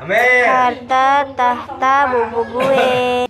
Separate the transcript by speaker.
Speaker 1: Amin.
Speaker 2: harta tahta bubu gue